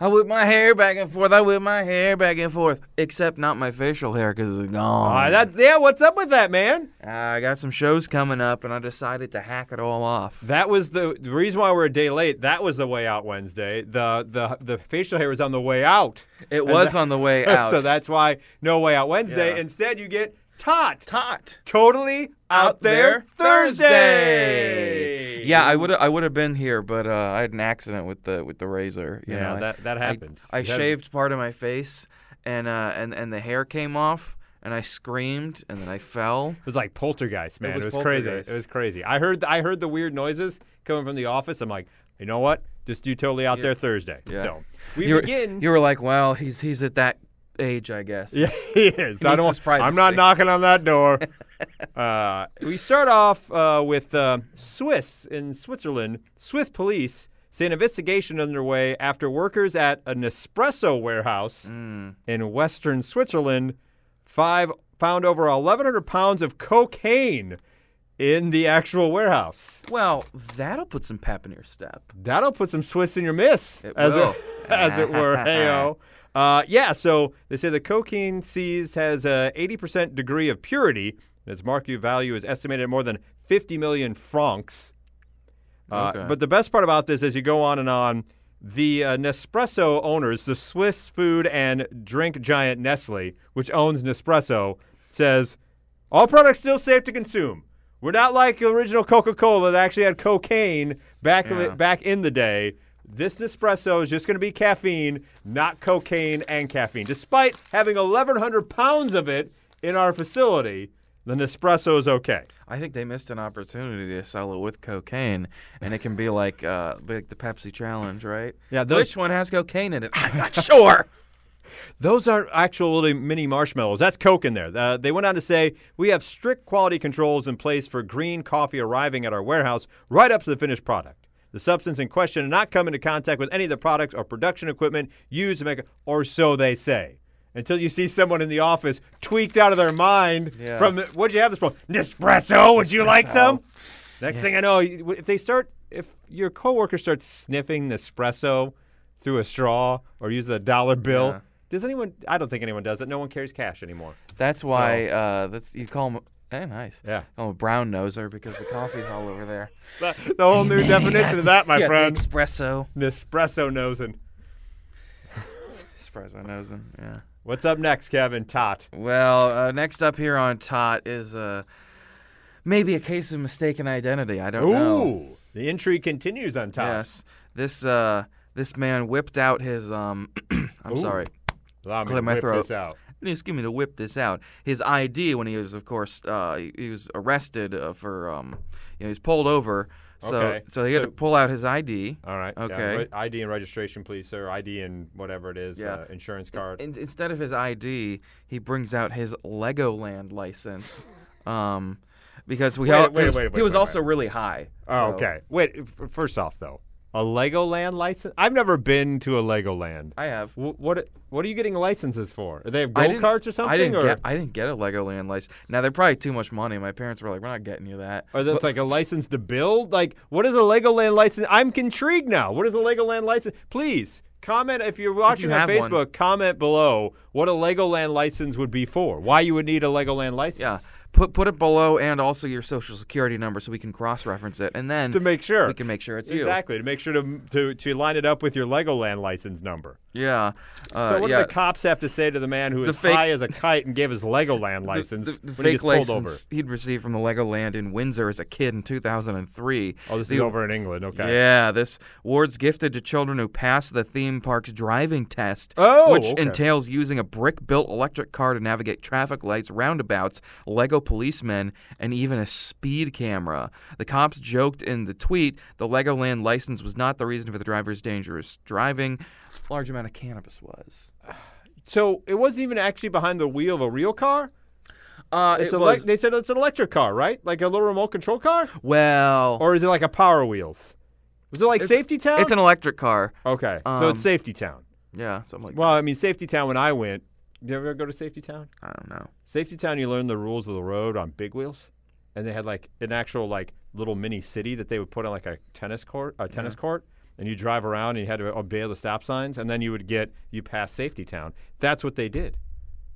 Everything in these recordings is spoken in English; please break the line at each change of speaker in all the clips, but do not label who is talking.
I whip my hair back and forth. I whip my hair back and forth. Except not my facial hair because it's gone.
Uh, that, yeah, what's up with that, man?
Uh, I got some shows coming up, and I decided to hack it all off.
That was the, the reason why we're a day late. That was the way out Wednesday. The the the facial hair was on the way out.
It was on the way out.
so that's why no way out Wednesday.
Yeah.
Instead, you get tot.
tot.
Totally out,
Out there
Thursday.
Yeah, I would I would have been here, but uh, I had an accident with the with the razor. you
Yeah,
know, I-
that- that
I-
happens.
I,
That-
shaved part of my face, and uh, and and the hair came off, and I screamed, and then I fell.
It was like poltergeist, man. It
was
was, crazy.
poltergeist.
It was crazy. I heard I heard the weird noises coming from the office. I'm like, you know what? Just do totally out there Thursday.
Yeah.
So we
you were,
begin.
You were like, well, he's he's at that age, I guess.
Yes, he is. I
needs
don't.
his
want- I'm not
privacy.
knocking on that door. uh, we start off uh, with uh, Swiss in Switzerland. Swiss police say an investigation underway after workers at a Nespresso warehouse
Mm.
in western Switzerland five found over 1,100 pounds of cocaine in the actual warehouse.
Well, that'll put some pep in your step.
That'll put some Swiss in your miss,
It
as
will.
it, as it were. Heyo. Uh, yeah. So they say the cocaine seized has a 80% degree of purity, and its market value is estimated at more than 50 million francs. Uh,
Okay.
But the best part about this, as you go on and on, the uh, Nespresso owners, the Swiss food and drink giant Nestle, which owns Nespresso, says all products still safe to consume. We're not like original Coca-Cola that actually had cocaine back
Yeah.
back in the day. This Nespresso is just going to be caffeine, not cocaine and caffeine. Despite having 1,100 pounds of it in our facility, the Nespresso is okay.
I think they missed an opportunity to sell it with cocaine, and it can be like uh, like the Pepsi challenge, right?
Yeah, those-
Which one has cocaine in it? I'm not sure.
Those aren't actually mini marshmallows. That's Coke in there. Uh, they went on to say we have strict quality controls in place for green coffee arriving at our warehouse right up to the finished product. The substance in question did not come into contact with any of the products or production equipment used to make, or so they say. Until you see someone in the office tweaked out of their mind
Yeah.
from what'd you have this for? Nespresso. Would you like some? Oh. Next thing I know, you- if they start, if your coworker starts sniffing Nespresso through a straw or using a dollar bill,
Yeah.
does anyone? I don't think anyone does it. No one carries cash anymore.
That's why uh, that's you call him. Hey, nice.
Yeah.
Oh, brown noser because the coffee's all over there.
The the whole new definition of that, my
Yeah, the
friend.
Espresso.
Nespresso nosing.
Espresso nosing. Yeah.
What's up next, Kevin Tot?
Well, uh, next up here on Tot is uh, maybe a case of mistaken identity. I don't know.
Ooh, the intrigue continues on Tot.
Yes. This uh, this man whipped out his um. I'm sorry.
Allow me
Clear
to
my
whip
throat.
this out.
Just give me to whip this out. His ID when he was, of course, uh, he- he was arrested uh, for um, you know, he was pulled over. So
Okay.
so he had to
So-
pull out his ID.
All right. yeah,
Okay.
re- ID and registration, please, sir. ID and whatever it is,
Yeah.
uh, insurance card.
In- instead of his ID, he brings out his Legoland license. Um, because we
Wait,
all,
wait,
he was,
wait, wait,
he was
wait,
also really high.
Oh,
so-
okay. Wait. f- First off, though, a Legoland license. I've never been to a Legoland.
I have.
Wh- what What are you getting licenses for? Are they have
I
go
didn't-
karts or something?
I didn't
or
get. I didn't get a Legoland license. Now they're probably too much money. My parents were like, "We're not getting you that."
or that's like a license to build? Like, what is a Legoland license? I'm intrigued now. What is a Legoland license? Please comment if you're watching on
have one.
Facebook. Comment below what a Legoland license would be for. Why you would need a Legoland license?
Yeah. Put put it below and also your social security number so we can cross reference it and then
To make sure.
we can make sure it's
Exactly to make sure to, to to line it up with your Legoland license number.
you. Yeah. Uh,
So what
yeah.
did the cops have to say to the man who is
fake-
high as a kite and gave his Legoland
The-
license
the, the
when
fake
he gets
license
pulled over?
he'd received from the Legoland in Windsor as a kid in 2003.
Oh, this
The-
is over in England. Okay.
Yeah, this award's gifted to children who pass the theme park's driving test,
Oh,
which
okay.
entails using a brick-built electric car to navigate traffic lights, roundabouts, Lego policemen, and even a speed camera. The cops joked in the tweet the Legoland license was not the reason for the driver's dangerous driving. Large amount of cannabis was.
So it wasn't even actually behind the wheel of a real car.
Uh,
It's
it
elec-
was.
they said it's an electric car, right? Like a little remote control car,
well,
or is it like a Power Wheels? Was it like Safety Town?
it's um, an electric car.
okay. so it's Safety Town.
Yeah, something like.
Well, I mean, Safety Town. When I went, did you ever go to Safety Town?
I don't know.
Safety Town, you learn the rules of the road on big wheels, and they had like an actual like little mini city that they would put on like a tennis court, a tennis court, and you drive around and you had to obey the stop signs, and then you would get you pass safety town. That's what they did.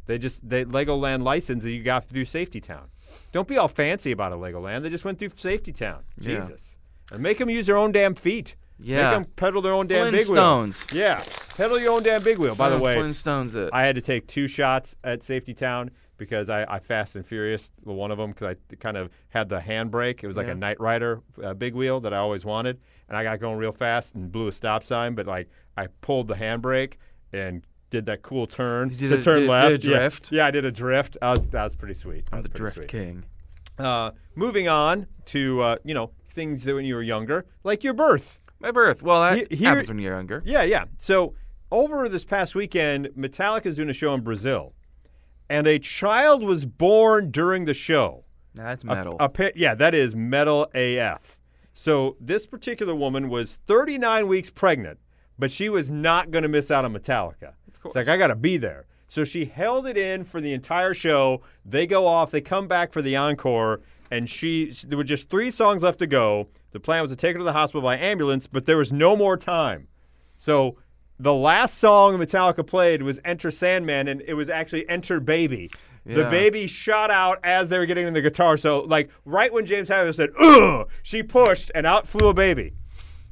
They just they Legoland license that you got through safety town. Don't be all fancy about a Legoland. They just went through safety town.
Yeah.
Jesus, and make them use their own damn feet.
Yeah.
make them pedal their own damn big wheel.
Flintstones.
Yeah, pedal your own damn big wheel. By the way,
Flintstones it.
I had to take two shots at Safety Town because I, I fast and furious the one of them because I kind of had the handbrake. It was like
Yeah.
a Knight Rider uh, big wheel that I always wanted, and I got going real fast and blew a stop sign. But like I pulled the handbrake and did that cool turn
You did
to
a- did-
turn
did a
left. Yeah.
drift?
Yeah. I did a drift. I was that was pretty sweet. That
I'm
was
the
pretty
Drift
sweet.
King.
Uh, moving on to uh, you know things that when you were younger, like your birth.
My birth. Well, that
He- here-
happens when you're younger.
Yeah, yeah. So over this past weekend, Metallica's doing a show in Brazil, and a child was born during the show.
Now that's metal.
A pa- yeah, that is metal AF. So this particular woman was 39 weeks pregnant, but she was not going to miss out on Metallica. It's like I got to be there. So she held it in for the entire show. They go off. They come back for the encore, and she there were just three songs left to go. The plan was to take her to the hospital by ambulance, but there was no more time. So the last song Metallica played was Enter Sandman, and it was actually Enter Baby. The
Yeah.
baby shot out as they were getting in the guitar. So, like, right when James Taylor said, ugh, she pushed, and out flew a baby.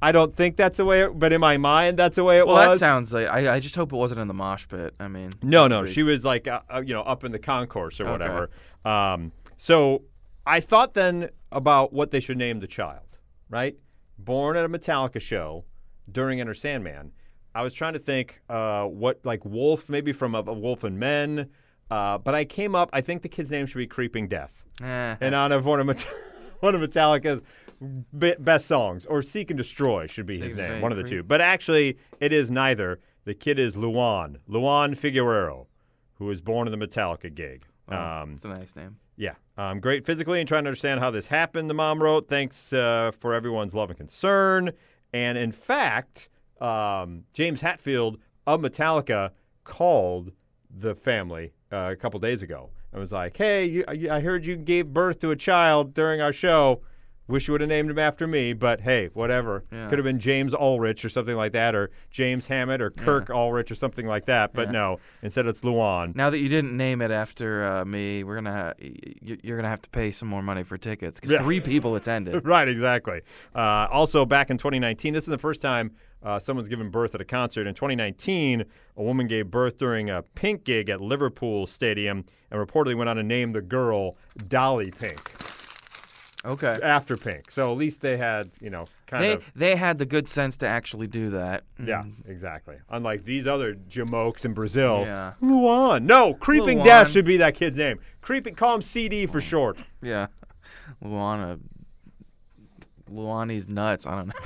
I don't think that's the way, it, but in my mind, that's the way it
well, that
was.
sounds like. I, I just hope it wasn't in the mosh pit. I mean,
No, no, she was like uh, uh, you know up in the concourse or whatever. Um, so I thought then about what they should name the child, right? Born at a Metallica show during Enter Sandman. I was trying to think uh, what like Wolf maybe from a, Wolf and Men, uh, but I came up. I think the kid's name should be Creeping Death
eh.
in honor of one of Met- one of Metallica's be- best songs, or "Seek and Destroy" should be his
and
name,
Destroy,
one of the
agree.
two. But actually, it is neither. The kid is Luan Luan Figueroa, who was born in the Metallica gig.
Oh.
Um,
it's a nice name.
yeah, um, great physically and trying to understand how this happened. The mom wrote, "Thanks uh, for everyone's love and concern." And in fact, um, James Hatfield of Metallica called the family uh, a couple days ago and was like, "Hey, you, I I heard you gave birth to a child during our show. Wish you would have named him after me, but hey, whatever.
Yeah.
Could have been James Ulrich or something like that, or James Hammett or Kirk Ulrich or something like that. But no, instead it's Luan.
Now that you didn't name it after uh, me, we're gonna y- y- you're gonna have to pay some more money for tickets because
Yeah.
three people attended.
right, exactly. Uh, also, back in 2019, this is the first time uh, someone's given birth at a concert. In 2019, a woman gave birth during a Pink gig at Liverpool Stadium and reportedly went on to name the girl Dolly Pink
Okay,
after Pink. So at least they had, you know, kind
they Mm.
of.
they had the good sense to actually do that.
Yeah, exactly. Unlike these other jamokes in Brazil.
Yeah.
Luan. No, Creeping
Luan.
Death should be that kid's name. Creeping, call him CD for short.
Yeah, Luana, Luani's nuts. I don't know.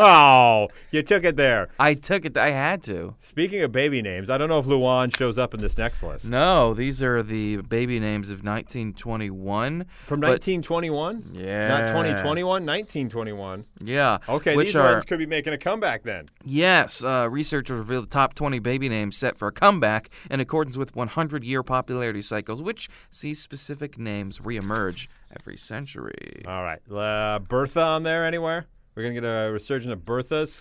Oh, you took it there.
I took it. I had to.
Speaking of baby names, I don't know if Luan shows up in this next list.
No, these are the baby names of 1921.
From
but-
1921?
Yeah.
Not 2021, 1921.
Yeah.
Okay,
which
these
are
ones could be making a comeback then.
Yes, uh, researchers reveal the top 20 baby names set for a comeback in accordance with 100 year popularity cycles, which see specific names reemerge every century.
All right. Uh, Bertha on there anywhere? We're going to get a resurgence of Berthas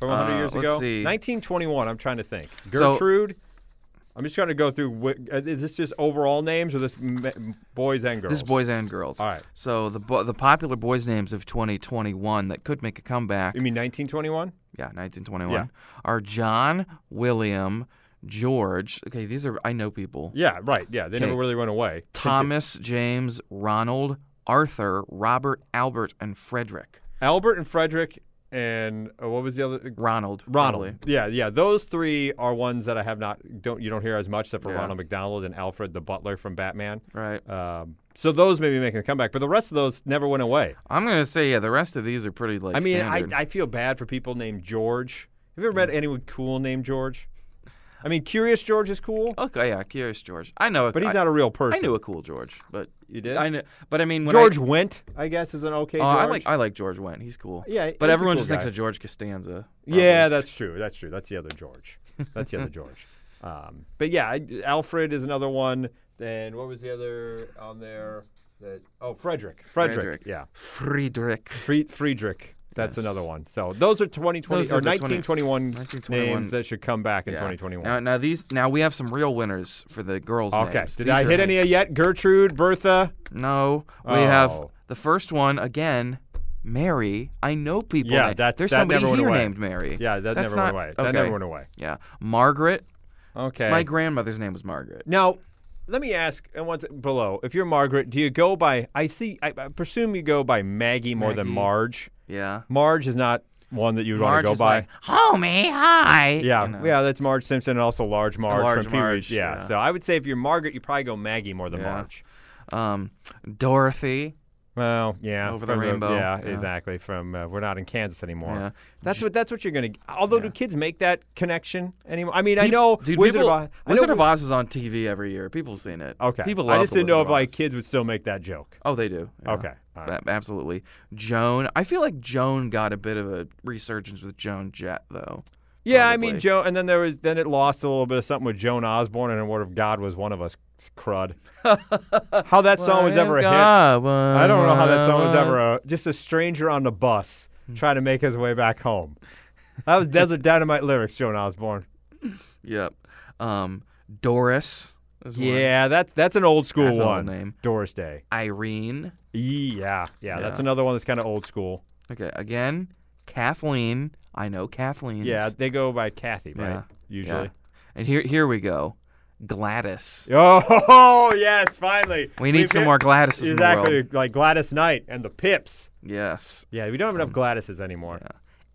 from 100
Uh,
years
let's
ago?
see.
1921, I'm trying to think.
So-
Gertrude? I'm just trying to go through. wh- Is this just overall names or this m- boys and girls?
This is boys and girls.
All right.
So the bo- the popular boys' names of 2021 that could make a comeback,
You mean 1921?
yeah, 1921,
Yeah.
are John, William, George. Okay, these are I know people.
Yeah, right. Yeah, they never
Okay.
really went away.
Thomas, James, Ronald, Arthur, Robert, Albert, and Frederick.
Albert and Frederick and uh, what was the other?
Ronald.
Ronald.
probably.
Yeah, yeah. Those three are ones that I have not don't you don't hear as much except for
Yeah.
Ronald McDonald and Alfred the Butler from Batman.
Right.
Um, so those may be making a comeback, but the rest of those never went away.
I'm gonna say yeah. The rest of these are pretty like.
I mean, I,
standard.
I feel bad for people named George. Have you ever met anyone cool named George? I mean, Curious George is cool,
okay, oh, yeah, curious George. I know, a,
but he's
I,
not a real
I
person.
knew a cool George, but
You did?
I know, but I mean, when
George
I,
Went, I guess, is an okay
oh,
George.
I like I like George Went. He's cool.
Yeah, he's
but
a
everyone
cool
just thinks
guy.
of George Costanza. Oh,
Yeah, that's true. That's true. That's the other George. That's the other George. Um, but yeah, I, Alfred is another one. And what was the other on there? That oh, Frederick. Frederick.
Frederick.
Yeah.
Friedrich.
Fre- Friedrich. That's
Yes.
another one. So those are 2020
Those
or
are the 20
1921
1921.
names that should come back in
Yeah.
2021.
Now, now these. Now we have some real winners for the girls.
okay.
names.
Did
These
I
are
hit
na-
any yet? Gertrude, Bertha.
No. We have
Oh.
the first one again. Mary. I know people.
Yeah,
named-
that-
There's
that
somebody
never went
here
away.
named Mary.
Yeah, that
That's
never
not,
went away. That never
okay.
went away.
Yeah, Margaret.
Okay.
My grandmother's name was Margaret.
Now, let me ask, and what's below? If you're Margaret, do you go by? I see. I, I presume you go by Maggie more than
Maggie.
Marge.
Yeah.
Marge is not one that you'd want
Marge
to go
is
by.
like, homie, hi.
yeah,
You know.
yeah, that's Marge Simpson, and also Large Marge
Large
from Pee Wee's.
Marge,
Yeah.
yeah.
so I would say if you're Margaret, you probably go Maggie more than
Yeah.
Marge.
Um, Dorothy.
Well, yeah,
Over the
from
rainbow,
yeah,
yeah.
exactly. From uh, we're not in Kansas anymore.
Yeah.
That's what that's what you're gonna. Although, do kids make that connection anymore? I mean, I know
Dude,
Wizard
people,
of Oz. I know
Wizard
Wi-
of Oz is on TV every year. People have seen it.
Okay.
People love
I just
the
didn't know
Wizard
if
of
like
Oz.
kids would still make that joke.
Oh, they do. yeah.
Okay. All right.
Ab- Absolutely. Joan. I feel like Joan got a bit of a resurgence with Joan Jett, though.
Yeah, I
probably.
mean Joe, and then there was then it lost a little bit of something with Joan Osborne and "What if God was one of us?" Crud. how that song was ever a hit? I don't know how that song was ever a just a stranger on the bus
Hmm.
trying to make his way back home. That was Desert Dynamite lyrics, Joan Osborne.
Yep. Um, Doris. Is one.
Yeah, that's that's an old school
That's an old
one.
name.
Doris Day.
Irene.
Yeah, yeah, that's
Yeah.
another one that's kind of old school.
Okay. Again, Kathleen. I know Kathleen.
Yeah, they go by Kathy, right?
Yeah.
Usually.
And here, here we go. Gladys.
Oh yes, finally.
We need
We've
some
hit-
more Gladyses in the
Exactly,
world.
like Gladys Knight and the Pips.
Yes.
Yeah, we don't have enough
Um,
Gladyses anymore.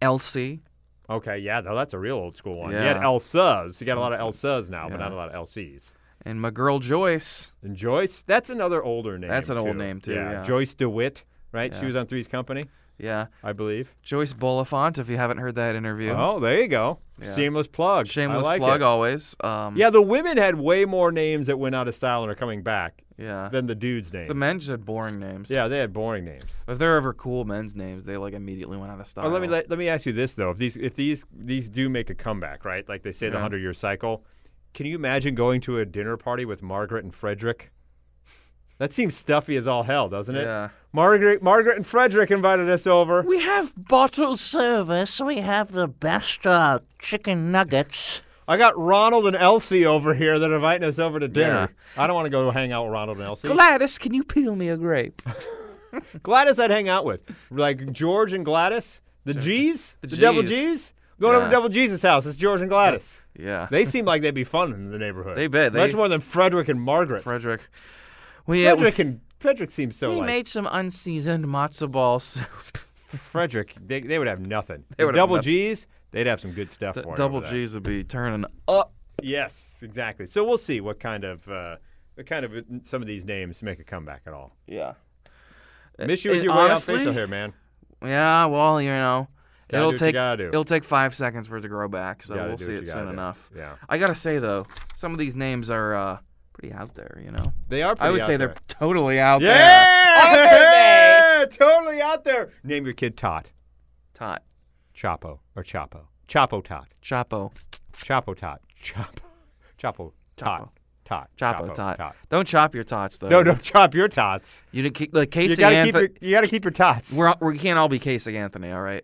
Elsie.
Okay, yeah, though that's a real old school one. You had
Yeah.
Elsas. You got a lot of Elsas now, but
Yeah.
not a lot of LCs.
And my girl Joyce.
And Joyce, that's another older name.
That's an old
too.
name, too, yeah.
Joyce DeWitt, right? She was on Three's Company,
Yeah.
I believe.
Joyce Bolafont, if you haven't heard that interview.
Oh, there you go. Shameless plug. I
Shameless
like
plug
it.
always. Um,
Yeah, the women had way more names that went out of style and are coming back
Yeah.
than the dudes' names.
The men just had boring names.
yeah, they had boring names.
If they're ever cool men's names, they like immediately went out of style.
Or Oh, let me let, let me ask you this though: if these if these these do make a comeback, right? Like they say, the hundred year cycle. Can you imagine going to a dinner party with Margaret and Frederick? That seems stuffy as all hell, doesn't it?
Yeah.
Margaret Margaret and Frederick invited us over.
We have bottle service. We have the best uh, chicken nuggets.
I got Ronald and Elsie over here that are inviting us over to dinner.
Yeah.
I don't want to go hang out with Ronald and Elsie.
Gladys, can you peel me a grape?
Gladys, I'd hang out with like George and Gladys, the G's, the, double
G's.
G's. Going over
Yeah.
to Double Jesus' house. It's George and Gladys.
yeah.
They seem like they'd be fun in the neighborhood.
They bet.
much
They-
more than Frederick and Margaret.
Frederick. We, uh,
Frederick and Frederick seems so
we, we
like
made some unseasoned matzo ball soup.
Frederick. They, they would have nothing.
They
The
would have
double
nothing.
G's. They'd have some good stuff for you
Double
over
G's would be turning up.
there. Yes, exactly. So we'll see what kind of uh, what kind of some of these names make a comeback at all.
Yeah.
Miss you with
and
your way out
honestly-
facial hair, man.
Yeah, well, you know,
Gotta do
it'll
what you
take
gotta do.
it'll take five seconds for it to grow back, so
Gotta
we'll
do
see
what you
it
gotta
soon
do.
enough.
Yeah.
I gotta say though, some of these names are uh, pretty out there. You know,
They are. Pretty
I would
out
say
there.
they're totally out there.
yeah, totally out there. Name your kid Tot,
Tot,
Chapo, or Chapo, Chapo Tot,
Chapo,
Chapo Tot, Chapo, Chapo Tot, Tot,
Chapo, Tot. Don't chop your tots though.
No, don't chop your tots.
You didn't keep, like
You
Casey
gotta keep
Anthony.
your you gotta keep your tots.
We're all, we can't all be Casey Anthony, all right?